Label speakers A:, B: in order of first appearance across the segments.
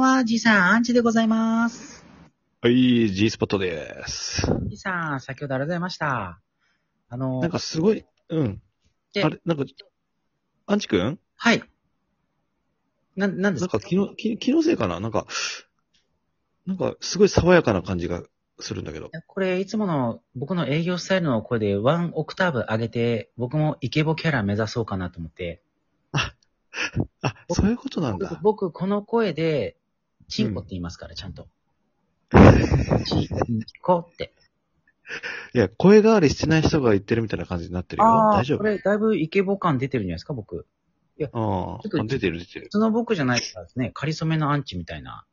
A: は、じいさん、アンチでございます。
B: はい、G スポットです。
A: じいさん、先ほどありがとうございました。あの、
B: なんかすごい、うん。
A: で
B: あれ、なんか、アンチ君
A: はい。な、なんで
B: な
A: す
B: んか
A: か
B: 気の、気気のせいかななんか、なんかすごい爽やかな感じがするんだけど。
A: これ、いつもの僕の営業スタイルの声でワンオクターブ上げて、僕もイケボキャラ目指そうかなと思って。
B: あ、そういうことなんだ。
A: 僕、この声で、チンコって言いますから、ちゃんと。チンコって。
B: いや、声変わりしてない人が言ってるみたいな感じになってるよ。
A: ああ
B: 大丈
A: ー、こ
B: 夫
A: れ、だいぶイケボ感出てるんじゃないですか、僕。
B: あ
A: ちょっと
B: ーあ、出てる出てる
A: 普。通の僕じゃないからですね、仮初めのアンチみたいな。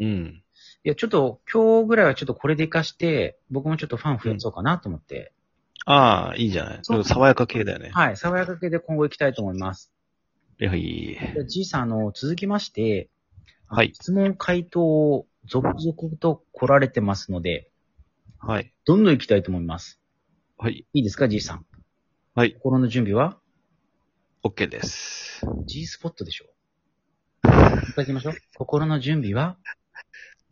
B: うん。
A: いや、ちょっと今日ぐらいはちょっとこれで活かして、僕もちょっとファン増やそうかなと思って、
B: ああ、いいじゃない。
A: そう
B: 爽やか系だよね。
A: はい、爽やか系で今後行きたいと思います。
B: いや、いい。
A: でじいさん、あの、続きまして、
B: はい
A: 質問回答を続々と来られてますので、
B: はい。
A: どんどん行きたいと思います。
B: はい。
A: いいですか、じいさん。
B: はい
A: 心の準備は
B: OK です。
A: ?G スポットでしょいただきましょう。心の準備は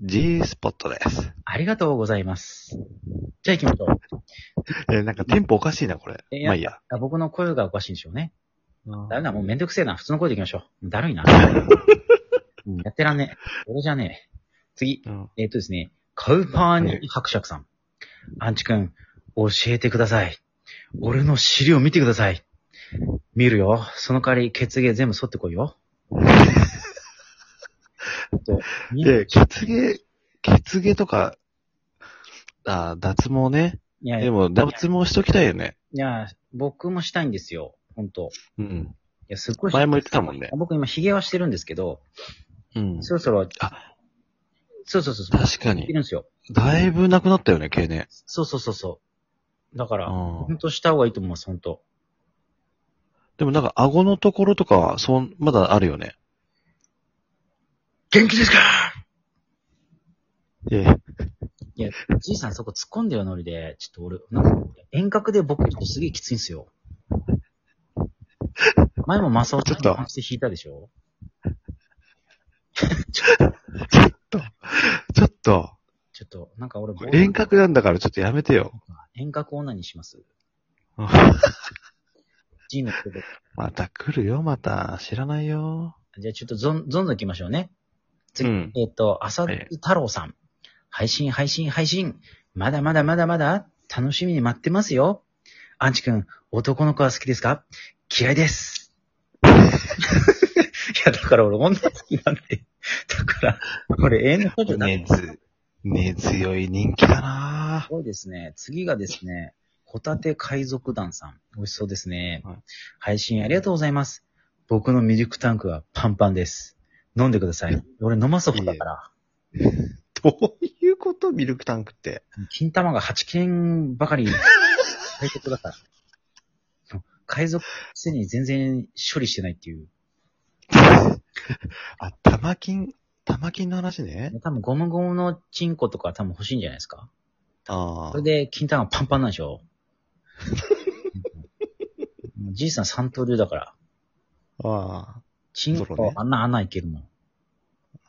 B: G スポットです。
A: ありがとうございます。じゃあ行きましょう。
B: え、なんかテンポおかしいな、これ
A: い。や
B: まあいいや。
A: あ僕の声がおかしいんでしょうね。だめだ、もうめんどくせえな。普通の声でいきましょう。だるい な。うんやってらんねえ。俺じゃねえ。次。
B: うん。
A: えっ、とですね。カウパーニ伯爵さん。アンチ君、教えてください。俺の尻を見てください。見るよ。その代わり、血芸全部剃ってこいよ。えっと見ない
B: で、血芸、血芸とか、あー脱毛ね。
A: いやい
B: で
A: や、い
B: も、脱毛しときたいよね。
A: や、僕もしたいんですよ。本当
B: うん。
A: いや、すっごい。
B: 前も言ってたもんね。
A: 僕今、髭はしてるんですけど、
B: うん。
A: そろそろ、
B: あ、
A: そうそうそうそう。
B: 確か
A: いる
B: に。
A: んですよ。
B: だいぶなくなったよね、毛ね。
A: そうそうそうそう。だから、
B: う
A: ほん
B: ん。
A: とした方がいいと思います、ほんと。
B: でもなんか、顎のところとか、そう、まだあるよね。
A: 元気ですか
B: ええ。
A: いや、じいさんそこ突っ込んだよ、ノリで。ちょっと俺、なんか、遠隔で僕ってすげえきついんすよ。前もマサオちゃん
B: ち
A: の
B: ょっと
A: 話で引いたでしょ
B: ちょっと、
A: ちょっと、なんか俺、
B: 遠隔なんだから、ちょっとやめてよ。
A: 遠隔女にし ます。
B: うん
A: ジーのことで。
B: また来るよ、また。知らないよ。
A: じゃあちょっとゾン、ゾンゾン行きましょうね。次
B: うん。
A: えっ、と、浅田太郎さん。配信、配信、配信。まだまだまだまだ、楽しみに待ってますよ。アンチ君、男の子は好きですか嫌いです。 いや、だから俺女好きなんで。だから、これ永遠の少女だ。
B: 根強根強い人気だな
A: すごいですね。次がですね、ホタテ海賊団さん。美味しそうですね。
B: はい
A: 配信ありがとうございます。僕のミルクタンクはパンパンです。飲んでください。俺飲まそうだから。
B: どういうことミルクタンクって。
A: 金玉が8件ばかり海賊だから。海賊せに全然処理してないっていう。
B: あ、玉金、玉金の話ね。
A: 多分ゴムゴムのチンコとか多分欲しいんじゃないですか。
B: あ
A: それで金玉パンパンなんでしょもうじいさん三刀流だから。
B: あ。あ
A: チン
B: ゾロ
A: コ
B: ね
A: あんな穴いけるもん。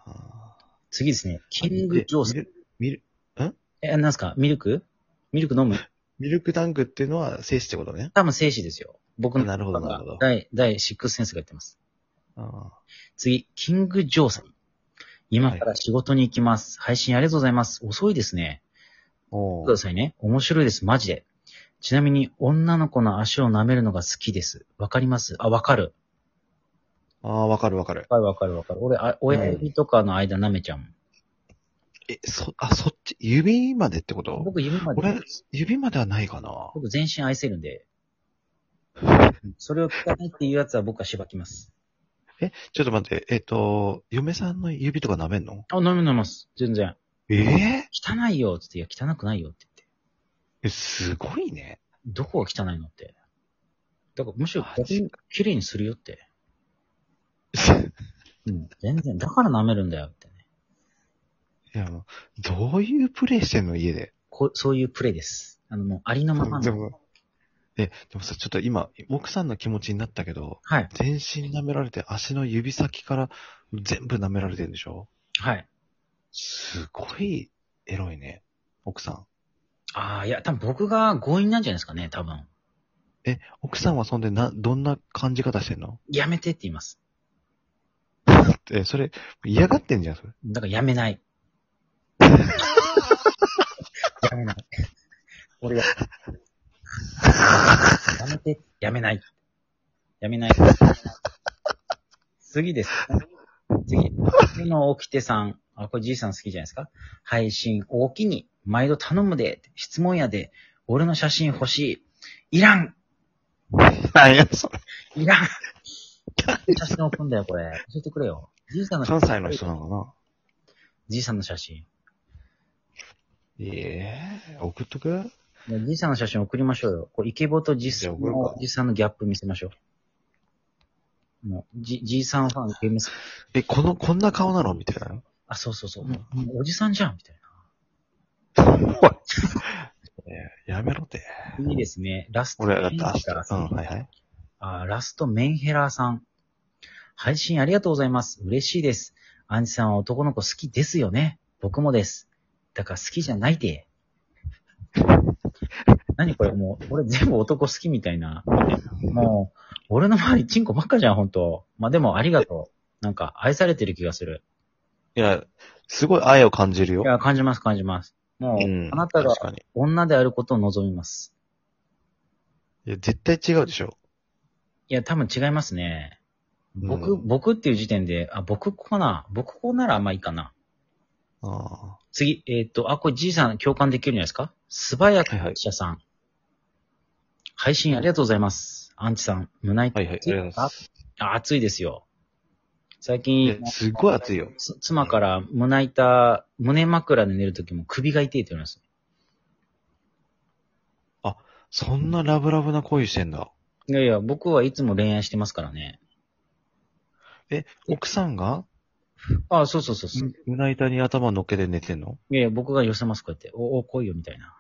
B: あ。
A: 次ですね。キング・ジョーさん。
B: ミルミル
A: え、なんすかミルクミルク飲む
B: ミルクタンクっていうのは精子ってことね。
A: 多分精子ですよ。僕の。
B: なるほどなるほど
A: 第、第シックスセンスが言ってます。
B: あ
A: 次、キング・ジョーさん。今から仕事に行きます。配信ありがとうございます。遅いですね。
B: あ。お
A: くださいね。面白いです。マジで。ちなみに、女の子の足を舐めるのが好きです。わかりますあ、わかる。
B: ああ、わかるわかる。
A: わかるわかるわかる。俺、あ親指とかの間舐めちゃうもん。
B: え、そ、あ、そっち、指までってこと
A: 僕、指まで。
B: 俺、指まではないかな。
A: 僕全身愛せるんで。 それを聞かないっていうやつは僕はしばきます。
B: え、ちょっと待って、えっ、と、嫁さんの指とか舐めんの
A: あ、飲み飲みます。全然。
B: ええ
A: 汚いよ、つって。いや、汚くないよって言って。
B: え、すごいね。
A: どこが汚いのって。だから、むしろ
B: マ
A: 逆
B: ジ
A: に綺麗にするよって。うん、全然。だから舐めるんだよってね。
B: いや、もうどういうプレイしてんの家で。
A: こう、そういうプレイです。あの、もうありのまま
B: で
A: の。
B: も、え、でもさ、ちょっと今、奥さんの気持ちになったけど、
A: はい。
B: 全身舐められて、足の指先から全部舐められてるんでしょ
A: はい。
B: すごいエロいね。奥さん。
A: ああ、いや、多分僕が強引なんじゃないですかね、多分。
B: え、奥さんはそんでな、どんな感じ方してんの
A: やめてって言います。
B: え、それ、嫌がってんじゃん、それ。
A: だからやめ ない。やめない。俺が。やめて、やめない。やめない。次です。次。次の起きてさん。あ、これじいさん好きじゃないですか配信大きに、毎度頼むで、質問やで、俺の写真欲しい。いらん
B: なん や、それ。
A: いらん写真送んだよ、これ。教えてくれよ。じいさんの写
B: 関
A: 真。
B: 西の人なのかな
A: じいさんの写真。
B: ええ送っとく
A: いやじいさんの写真送りましょうよ。これ、イケボとじいさん
B: じゃあ送る
A: の
B: か、
A: じいさんのギャップ見せましょう。もう、じ、じいさんファン、ゲームス、
B: え、この、こんな顔なのみたいな。
A: あ、そうそうそう。もうもうおじさんじゃん、みたい
B: やめろって。
A: な。いいですね。ラスト、
B: 俺はだって
A: メ
B: 明
A: ンヘラ
B: 日。
A: さ
B: うんん、はいはい。
A: あラスト、メンヘラーさん。配信ありがとうございます。嬉しいです。アンジさんは男の子好きですよね。僕もです。だから好きじゃないで。 何これもう、俺全部男好きみたいな。もう、俺の周りチンコばっかじゃん、ほんと。まあ、でもありがとう。なんか、愛されてる気がする。
B: いや、すごい愛を感じるよ
A: い。や、感じます、感じます。もう、
B: うん。
A: あなたが
B: 確かに。
A: 女であることを望みます。
B: いや、絶対違うでしょ。
A: いや、多分違いますね。僕、
B: うん
A: 僕っていう時点で、あ、僕ここな。僕ここならまあいいかな。
B: あ
A: 次、えーっと、あ、これじいさん共感できるんじゃないですか素早く記者さん、配信ありがとうございます。アンチさん、胸
B: あ。
A: 板、
B: はいはい、ありがとうございます。
A: あ暑いですよ。最
B: い
A: 近
B: や、、すごい熱いよ。
A: つ妻から胸板、胸枕で寝るときも首が痛いって言われます。
B: そんなラブラブな恋してんだ。
A: いやいや、僕はいつも恋愛してますからね。
B: え、奥さんが
A: あそうそうそうそう。
B: 胸板に頭乗っけて寝てんの
A: いやいや、僕が寄せます、こうやって。お、お、来いよ、みたいな。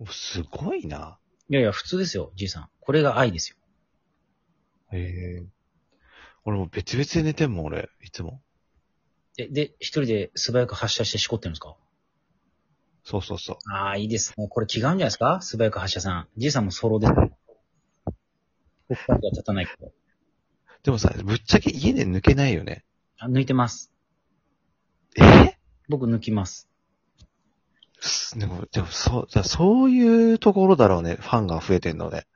B: おすごいな。
A: いやいや、普通ですよ、じいさん。これが愛ですよ。
B: へえ。俺もう別々で寝てんもん、俺。いつも。
A: で、で、一人で素早く発射してしこってるんですか
B: そうそうそう。
A: ああ、いいですね。これ違うんじゃないですか素早く発射さん。じいさんもソロです。おっぱいが立たないけど。
B: でもさ、ぶっちゃけ家で抜けないよね。
A: あ、抜いてます。
B: え
A: 僕抜きます。
B: でも、でも、そう、だそういうところだろうね。ファンが増えてんのね。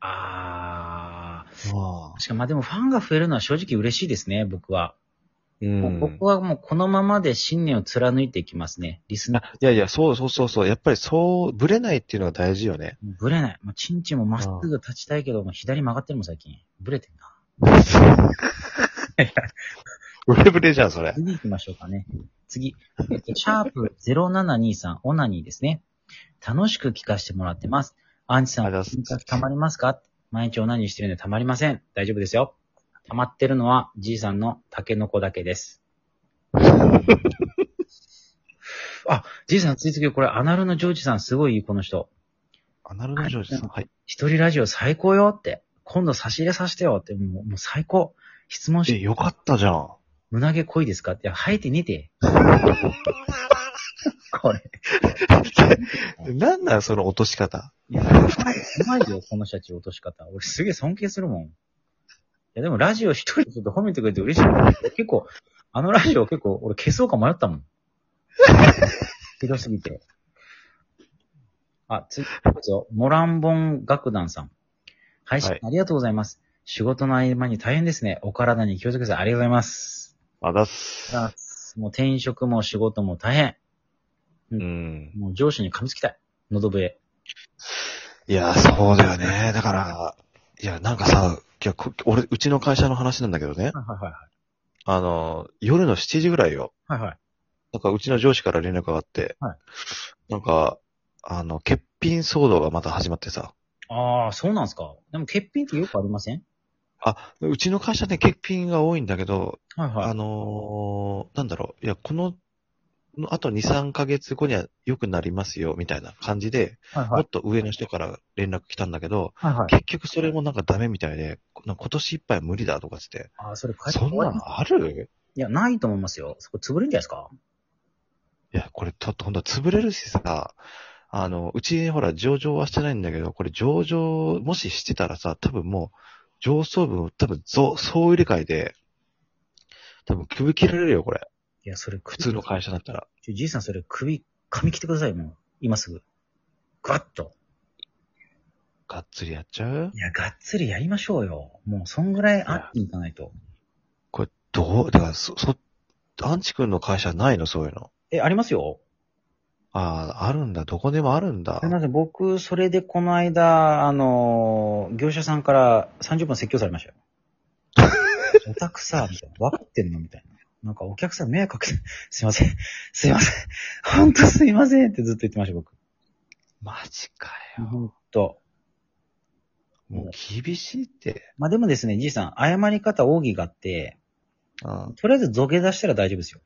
A: ああ。
B: ああ。
A: しかも、まあでもファンが増えるのは正直嬉しいですね、僕は。
B: う。
A: もうん僕はもうこのままで信念を貫いていきますね。リスナー、
B: いやいや、そうそうそうそう。やっぱりそう、ぶれないっていうのが大事よね。
A: ぶれない。もうチンチンもまっすぐ立ちたいけど、もう左曲がってるもん最近。ぶれてんな。
B: ブレブレじゃん、それ。
A: 次行きましょうかね。次。えっとシャープ0723、オナニーですね。楽しく聞かせてもらってます。アンチさ
B: あり
A: ん、
B: がとうございます
A: たまりますか毎日オナニーしてるんでたまりません。大丈夫ですよ。たまってるのは、じいさんのタケノコだけ です。あ、じいさん、次々これ、アナルのジョージさん、すごいいい、この人。
B: アナルナジョージさん。はい。
A: 一人ラジオ最高よって。今度差し入れさせてよって、もう、もう最高。質問
B: え、
A: して、
B: よかったじゃ ん。
A: 胸毛濃いですかって、いや、生えてねえて。これ。
B: なんなん、その落とし方。
A: いや、うまい、うまいよ、この人たち落とし方。俺すげえ尊敬するもん。いや、でもラジオ一人でちょっと褒めてくれて嬉しい。結構、あのラジオ結構俺消そうか迷ったもん。ひどすぎて。あ、次、ですよ。モランボン楽団さん。配信
B: はい
A: ありがとうございます。仕事の合間に大変ですね。お体に気をつけてください。ありがとうございます。
B: あだっす。
A: あもう転職も仕事も大変。
B: うん。
A: もう上司に噛みつきたい。喉笛。
B: いや、そうだよね。だから、いや、なんかさ、いやこ俺、うちの会社の話なんだけどね。
A: はいはいはい
B: あの、夜の7時ぐらいよ。
A: はい。はいはい。
B: なんか、うちの上司から連絡があって、
A: はい
B: なんか、あの、欠品騒動がまた始まってさ。
A: ああ、そうなんですか。でも欠品ってよくありません
B: あ、うちの会社ね、欠品が多いんだけど、
A: はい
B: あのーなんだろう、いや、この、あと2、3ヶ月後には良くなりますよ、みたいな感じで、
A: い。はい
B: も
A: は
B: っ
A: い。
B: と上の人から連絡来たんだけど、
A: はいはい。
B: 結局それもなんかダメみたいで、こなんか今年いっぱいは無理だとかつって、
A: ああ、それ会社
B: そんな
A: 終わります
B: のある
A: いや、ないと思いますよ。そこ潰れるんじゃないですか
B: いや、これちょっとほんと潰れるしさ、あの、うちほら上場はしてないんだけど、これ上場、もししてたらさ、多分もう、上層部、多分ぞ、総入れ替えで、多分首切られるよ、これ。
A: いや、それ普
B: 普通の会社だったら。
A: ちょじいさん、それ首、髪切ってください、もう。今すぐ。ぐわっと。
B: がっつりやっちゃう
A: いや、がっつりやりましょうよ。もう、そんぐらいあっていかないと。
B: これ、どう、だから、そ、そ、アンチ君の会社ないのそういうの。
A: え、ありますよ。
B: ああ、あるんだ。どこでもあるんだ
A: す。みません、僕、それでこの間、あのー業者さんから30分説教されましたよ。オタクさ、みたいな。分かってんのみたいな。なんかお客さん迷惑かけて、すいません、すいません、ほんとすいませんってずっと言ってました、僕。
B: マジかよ。
A: ほんと。
B: もう厳しいって。
A: まあ、でもですね、じいさん、謝り方、奥義があって、
B: うん。
A: とりあえず土下座したら大丈夫ですよ。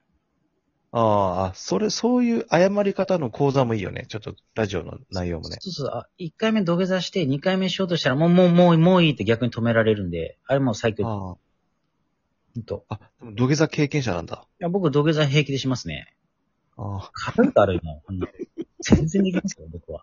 B: ああ、それ、そういう謝り方の講座もいいよね。ちょっと、ラジオの内容もね。
A: そうそう、あ、1回目土下座して、2回目しようとしたら、もう、もう、もう、もういいって逆に止められるんで、あれもう最強。
B: あ
A: ほんと。
B: あ。あ、でも土下座経験者なんだ。
A: いや、僕土下座平気でしますね。
B: あ
A: カプンとあるよ、もう。ほんな全然できますよ、僕は。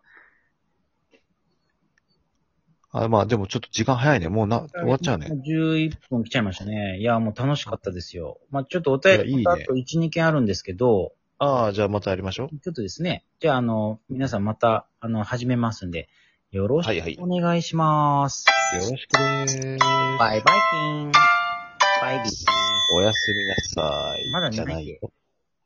B: あ。あまあ、でもちょっと時間早いね。もうな、終わっちゃうね。
A: 11分来ちゃいましたね。いや、もう楽しかったですよ。まあちょっとお便り、
B: いやいいね
A: あと1、2件あるんですけど、
B: ああ、じゃあまたやりましょう。
A: ちょっとですね、じゃあ、あの、皆さんまた、あの、始めますんで、よろし
B: はいはい。
A: くお
B: よ
A: 願いします。
B: ろしくねー。
A: バイバイキン。バイビー。
B: おやすみなさい。
A: まだ寝
B: じ
A: ない
B: ゃないよ。